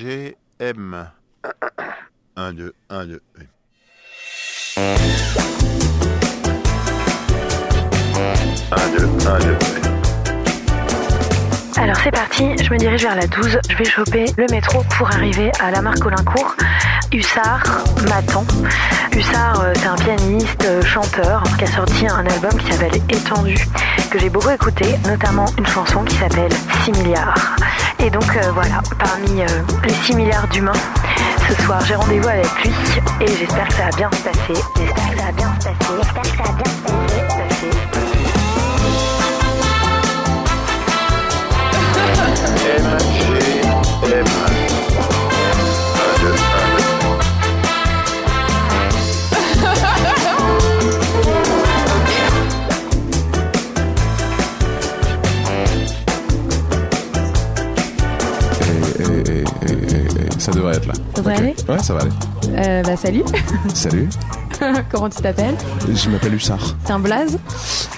MGM. 1, 2, 1, 2. Alors c'est parti, je me dirige vers la 12, je vais choper le métro pour arriver à la marque Olincourt. Hussard m'attend. Hussard, euh, c'est un pianiste, euh, chanteur, qui a sorti un album qui s'appelle Étendu, que j'ai beaucoup écouté, notamment une chanson qui s'appelle 6 milliards. Et donc euh, voilà, parmi euh, les 6 milliards d'humains, ce soir j'ai rendez-vous avec lui et j'espère que ça va bien se passer. J'espère que ça va bien se passer. J'espère que ça va bien se passer. MGM. 1, 2, 1, 2. Et, et- et- et- et- et- ça devrait être là. Ça devrait Ok. aller Ouais, ça va aller. Euh, bah salut, Salut, comment tu t'appelles je m'appelle Hussard. T'es un blaze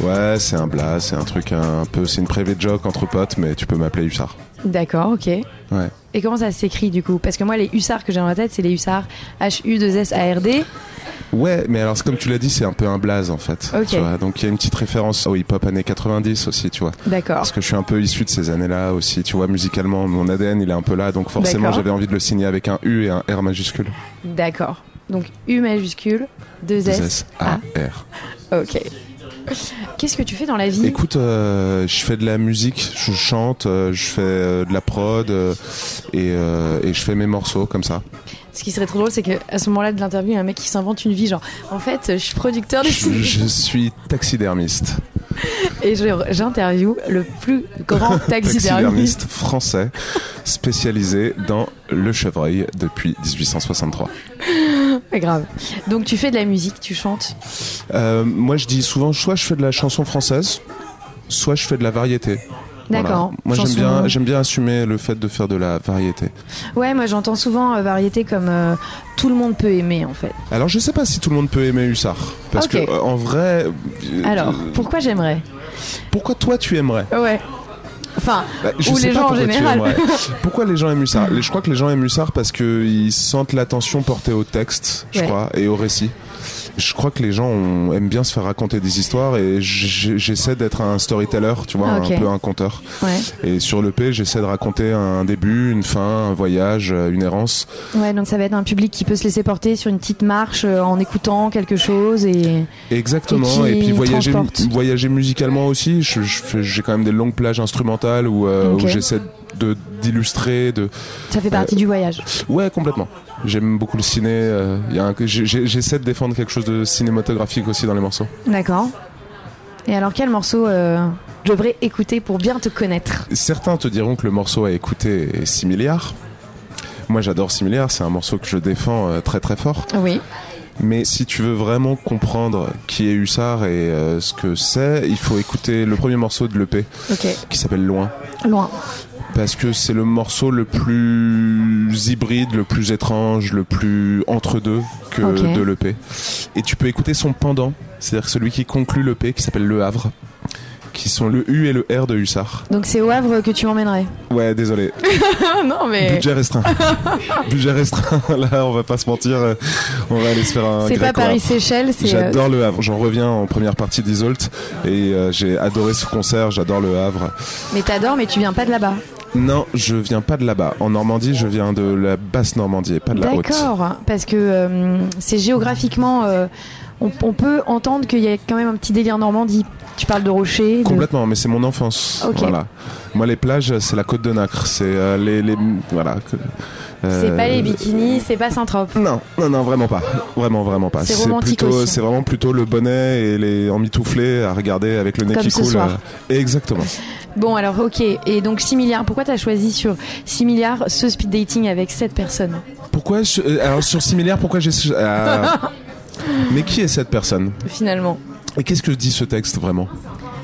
Ouais, c'est un blast, c'est un truc un peu. C'est une private joke entre potes, mais tu peux m'appeler Hussard. D'accord, ok. Ouais. Et comment ça s'écrit du coup Parce que moi les hussards que j'ai dans la tête c'est les hussards H-U-2-S-A-R-D. Ouais, mais alors, c'est comme tu l'as dit, c'est un peu un blaze en fait. Ok. Tu vois, donc il y a une petite référence au hip-hop années 90 aussi, tu vois. D'accord. Parce que je suis un peu issu de ces années-là aussi, tu vois, musicalement, mon ADN il est un peu là, donc forcément D'accord. j'avais envie de le signer avec un U et un R majuscule. D'accord. Donc U majuscule, 2S. A R. Ok. Qu'est-ce que tu fais dans la vie Écoute, euh, je fais de la musique, je chante, euh, je fais euh, de la prod euh, et, euh, et je fais mes morceaux comme ça. Ce qui serait trop drôle c'est qu'à ce moment-là de l'interview, il y a un mec qui s'invente une vie genre en fait je suis producteur de Je, séries. je suis taxidermiste. Et je- j'interview le plus grand taxidermiste. français spécialisé dans le chevreuil depuis 1863. Pas grave. Donc tu fais de la musique, tu chantes. Euh, moi je dis souvent soit je fais de la chanson française, soit je fais de la variété. D'accord. Moi j'aime Chanson- bien, j'aime bien assumer le fait de faire de la variété. Ouais, moi j'entends souvent euh, variété comme euh, tout le monde peut aimer en fait. Alors je sais pas si tout le monde peut aimer Hussard. Parce Ok. que euh, en vrai... euh, Alors, euh, pourquoi j'aimerais pourquoi toi tu aimerais Ouais. Enfin, Bah, je Ou sais les pas gens en pourquoi tu général. aimerais. pourquoi les gens aiment Hussard Les- Je crois que les gens aiment Hussard parce qu'ils sentent l'attention portée au texte, je Ouais. crois, et au récit. Je crois que les gens ont- aiment bien se faire raconter des histoires et j- j'essaie d'être un storyteller, tu vois, Ah, ok. un peu un conteur. ouais. Et sur le P, j'essaie de raconter un début, une fin, un voyage, euh, une errance. Ouais, donc ça va être un public qui peut se laisser porter sur une petite marche euh, en écoutant quelque chose et. Exactement, Et et, qui puis voyager, transporte. voyager musicalement aussi. Je- je fais- J'ai quand même des longues plages instrumentales où, euh, Ok. où j'essaie de d'illustrer, de Ça fait Euh. partie du voyage. ouais complètement. J'aime beaucoup le ciné. euh, il y a un- j'ai- j'ai- J'essaie de défendre quelque chose de cinématographique aussi dans les morceaux. D'accord. Et alors, quel morceau euh, je devrais écouter pour bien te connaître Certains te diront que le morceau à écouter est 6 milliards. Moi j'adore 6 milliards, c'est un morceau que je défends euh, très très fort. Oui. Mais si tu veux vraiment comprendre qui est Hussard et euh, ce que c'est, il faut écouter le premier morceau de l'EP Ok. qui s'appelle Loin. Loin. parce que c'est le morceau le plus hybride, le plus étrange, le plus entre deux que Ok. de l'EP. Et tu peux écouter son pendant, c'est-à-dire celui qui conclut l'EP qui s'appelle Le Havre, qui sont le U et le R de Hussard. Donc c'est au Havre que tu m'emmènerais. Ouais, désolé, Ah non mais. budget restreint. budget restreint, là on va pas se mentir, euh, on va aller se faire un C'est pas grec au Havre. Paris-Seychelles, c'est. euh, hein, J'adore le Havre, j'en reviens en première partie d'Isolt et euh, j'ai adoré ce concert, j'adore le Havre. Mais t'adores, mais tu viens pas de là-bas. Non, je viens pas de là-bas. En Normandie, je viens de la basse Normandie et pas de la haute. D'accord, parce que euh, c'est géographiquement. euh, on, on peut entendre qu'il y a quand même un petit délire Normandie. Tu parles de rochers. de- Complètement, mais c'est mon enfance. Ok. Voilà. Moi, les plages, c'est la côte de Nacre. C'est euh, les, les- Voilà. que- C'est euh, pas les bikinis, c'est pas Saint-Trope. Non, non, non, vraiment pas. Vraiment, vraiment pas. C'est romantique plutôt, aussi. c'est vraiment plutôt le bonnet et les emmitouflés à regarder avec le nez Comme qui ce coule. soir. euh. Exactement. Bon, alors, ok. Et donc, 6 milliards, pourquoi t'as choisi sur 6 milliards ce speed dating avec 7 personnes Pourquoi je- euh, Alors sur similaire, pourquoi j'ai Ah. Mais qui est cette personne finalement Et qu'est-ce que dit ce texte vraiment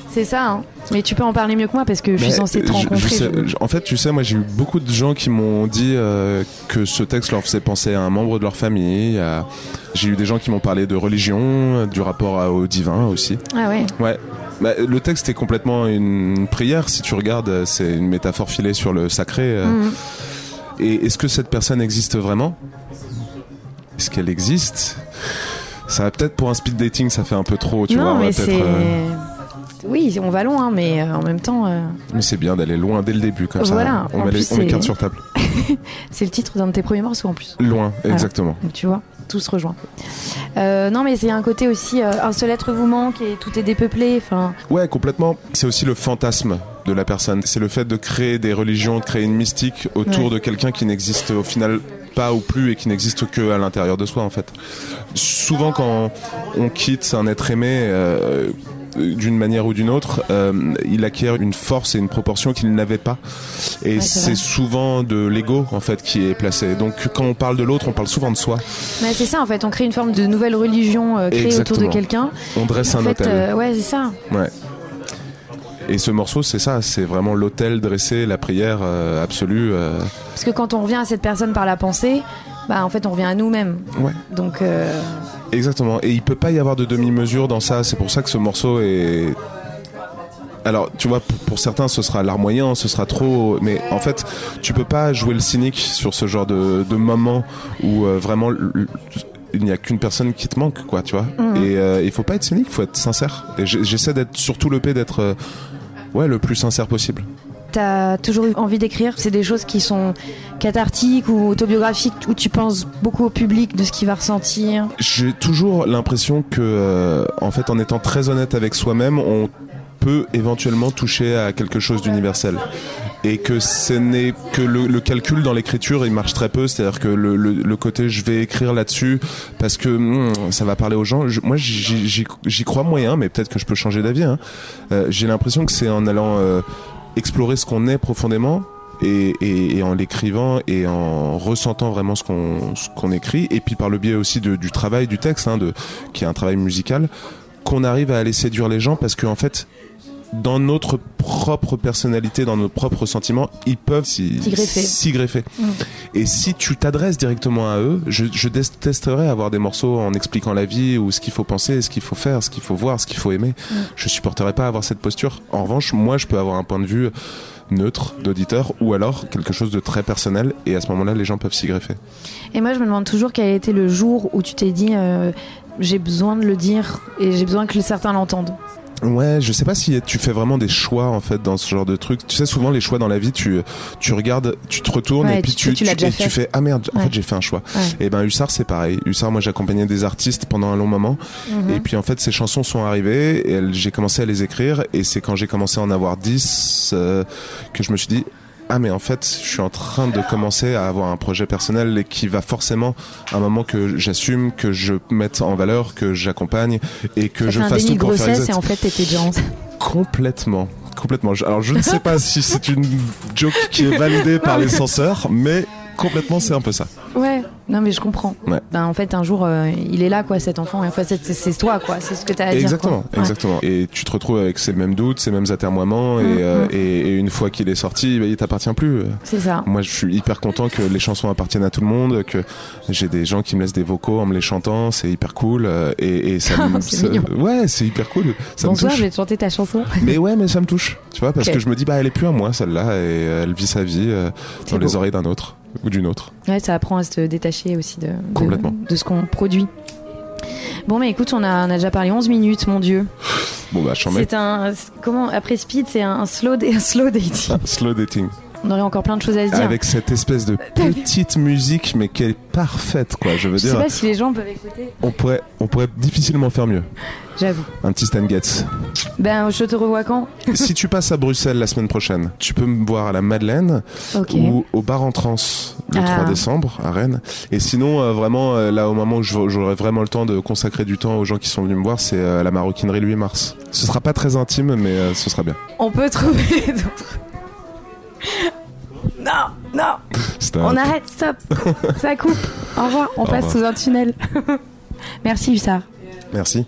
C'est ça, hein. Mais tu peux en parler mieux que moi parce que je suis Mais, censée te je- je rencontrer. sais- je- je- en fait, tu sais, moi j'ai eu beaucoup de gens qui m'ont dit euh, que ce texte leur faisait penser à un membre de leur famille. à- J'ai eu des gens qui m'ont parlé de religion, euh, du rapport à- au divin aussi. Ah ouais. Ouais. Bah, le texte est complètement une prière. Si tu regardes, euh, c'est une métaphore filée sur le sacré. euh, Mhm. Et est-ce que cette personne existe vraiment Est-ce qu'elle existe Ça va peut-être pour un speed dating, ça fait un peu trop, tu non, vois. on va mais peut-être, c'est. euh, Oui, on va loin, mais euh, en même temps, euh, Mais c'est bien d'aller loin dès le début, comme Voilà, ça. On, en met les- plus, on met les c'est- cartes sur table. c'est le titre d'un de tes premiers morceaux en plus. Loin, exactement. Donc tu vois, tout se rejoint. Euh, non, mais c'est un côté aussi, euh, un seul être vous manque et tout est dépeuplé. Enfin, Ouais, complètement. C'est aussi le fantasme de la personne. C'est le fait de créer des religions, de créer une mystique autour Ouais. de quelqu'un qui n'existe au final pas ou plus et qui n'existe que à l'intérieur de soi en fait. Souvent quand on quitte un être aimé euh, d'une manière ou d'une autre, euh, il acquiert une force et une proportion qu'il n'avait pas. Et Ouais, c'est c'est vrai. souvent de l'ego en fait qui est placé. Donc quand on parle de l'autre, on parle souvent de soi. mais c'est ça en fait, on crée une forme de nouvelle religion euh, créée autour Exactement. de quelqu'un. On dresse En un fait, hôtel. euh, ouais, c'est ça. Ouais. Et ce morceau, c'est ça, c'est vraiment l'hôtel dressé, la prière euh, absolue. euh, Parce que quand on revient à cette personne par la pensée, bah en fait, on revient à nous-mêmes. Ouais. Donc, euh, Exactement. Et il peut pas y avoir de demi-mesure dans ça. C'est pour ça que ce morceau est. Alors, tu vois, pour, pour certains, ce sera l'art moyen, ce sera trop. Mais en fait, tu peux pas jouer le cynique sur ce genre de, de moment où euh, vraiment l- l- il n'y a qu'une personne qui te manque, quoi, tu vois. Mhm. Et euh, il faut pas être cynique, il faut être sincère. Et j'- j'essaie d'être, surtout le P, d'être euh, ouais, le plus sincère possible. t'as toujours eu envie d'écrire. C'est des choses qui sont cathartiques ou autobiographiques, où tu penses beaucoup au public de ce qu'il va ressentir. J'ai toujours l'impression que, euh, en fait, en étant très honnête avec soi-même, on peut éventuellement toucher à quelque chose d'universel. Et que ce n'est que le, le calcul dans l'écriture, il marche très peu. C'est-à-dire que le, le- le côté je vais écrire là-dessus parce que hmm, ça va parler aux gens. Je- moi, j'y j'y- j'y crois moyen, mais peut-être que je peux changer d'avis. hein. Euh, J'ai l'impression que c'est en allant euh, explorer ce qu'on est profondément et, et- et en l'écrivant et en ressentant vraiment ce qu'on ce qu'on écrit et puis par le biais aussi de- du travail du texte hein, de qui est un travail musical qu'on arrive à aller séduire les gens parce qu'en fait dans notre propre personnalité dans nos propres sentiments ils peuvent s'y S'y greffer. s'y greffer. Mm. et si tu t'adresses directement à eux je, je détesterais avoir des morceaux en expliquant la vie ou ce qu'il faut penser ce qu'il faut faire ce qu'il faut voir ce qu'il faut aimer Mm. je supporterais pas avoir cette posture en revanche moi je peux avoir un point de vue neutre d'auditeur ou alors quelque chose de très personnel et à ce moment-là les gens peuvent s'y greffer. Et moi, je me demande toujours quel a été le jour où tu t'es dit euh, j'ai besoin de le dire et j'ai besoin que certains l'entendent. Ouais, je sais pas si tu fais vraiment des choix en fait dans ce genre de truc. Tu sais souvent les choix dans la vie, tu tu regardes, tu te retournes Ouais, et puis tu tu sais que tu l'as tu- déjà et fait. tu fais ah merde, en Ouais. fait j'ai fait un choix. Ouais. Et ben Hussard c'est pareil. Hussard moi j'accompagnais des artistes pendant un long moment Mhm. et puis en fait ces chansons sont arrivées et elles- j'ai commencé à les écrire et c'est quand j'ai commencé à en avoir 10 euh, que je me suis dit ah mais en fait je suis en train de commencer à avoir un projet personnel et qui va forcément à un moment que j'assume que je mette en valeur que j'accompagne et que T'as je fait un fasse déni tout de pour faire grossesse exact- et en fait t'étais déjà enceinte. complètement complètement Je- alors je ne sais pas si c'est une joke qui est validée par les censeurs mais complètement c'est un peu ça Ouais, non mais je comprends. Ouais. Ben, en fait un jour euh, il est là quoi cet enfant et en fait c'est- c'est c'est toi quoi, c'est ce que t'as à dire. Exactement, quoi. Ouais. exactement. Et tu te retrouves avec ces mêmes doutes, ces mêmes atermoiements, et, Mm, euh, mm. et, et une fois qu'il est sorti, bah, il t'appartient plus. C'est ça. Moi, je suis hyper content que les chansons appartiennent à tout le monde, que j'ai des gens qui me laissent des vocaux en me les chantant, c'est hyper cool. euh, Et, et ça me, C'est ça- mignon. ouais, c'est hyper cool. Ça me Bonsoir, je touche. vais te chanter ta chanson. Mais ouais, mais ça me touche. Tu vois, parce Ok. que je me dis, bah, elle est plus à moi, celle-là, et euh, elle vit sa vie euh, C'est dans les beau. oreilles d'un autre ou d'une autre. Ouais, ça apprend à se détacher aussi de, de- Complètement. de ce qu'on produit. Bon mais écoute, on a, on a déjà parlé 11 minutes, mon dieu. Bon, bah, je mets. C'est un comment après speed, c'est un, un slow da- un slow dating. Ah, Slow dating. On aurait encore plein de choses à se dire. Avec cette espèce de T'as vu petite musique, mais qui est parfaite, quoi. Je veux je sais dire. pas si les gens peuvent écouter. On pourrait, on pourrait difficilement faire mieux. J'avoue. Un petit Stan Getz. Ben je te revois quand si tu passes à Bruxelles la semaine prochaine, tu peux me voir à la Madeleine OK. ou au bar en trance le Ah. 3 décembre à Rennes. Et sinon, euh, vraiment, euh, là au moment où je- j'aurai vraiment le temps de consacrer du temps aux gens qui sont venus me voir, c'est euh, à la maroquinerie le 8 mars. Ce sera pas très intime, mais euh, ce sera bien. On peut trouver d'autres. Non, non, C'est un- on arrête, stop. Ça coupe. Au revoir, on Au passe revoir. sous un tunnel. Merci Hussard. Merci.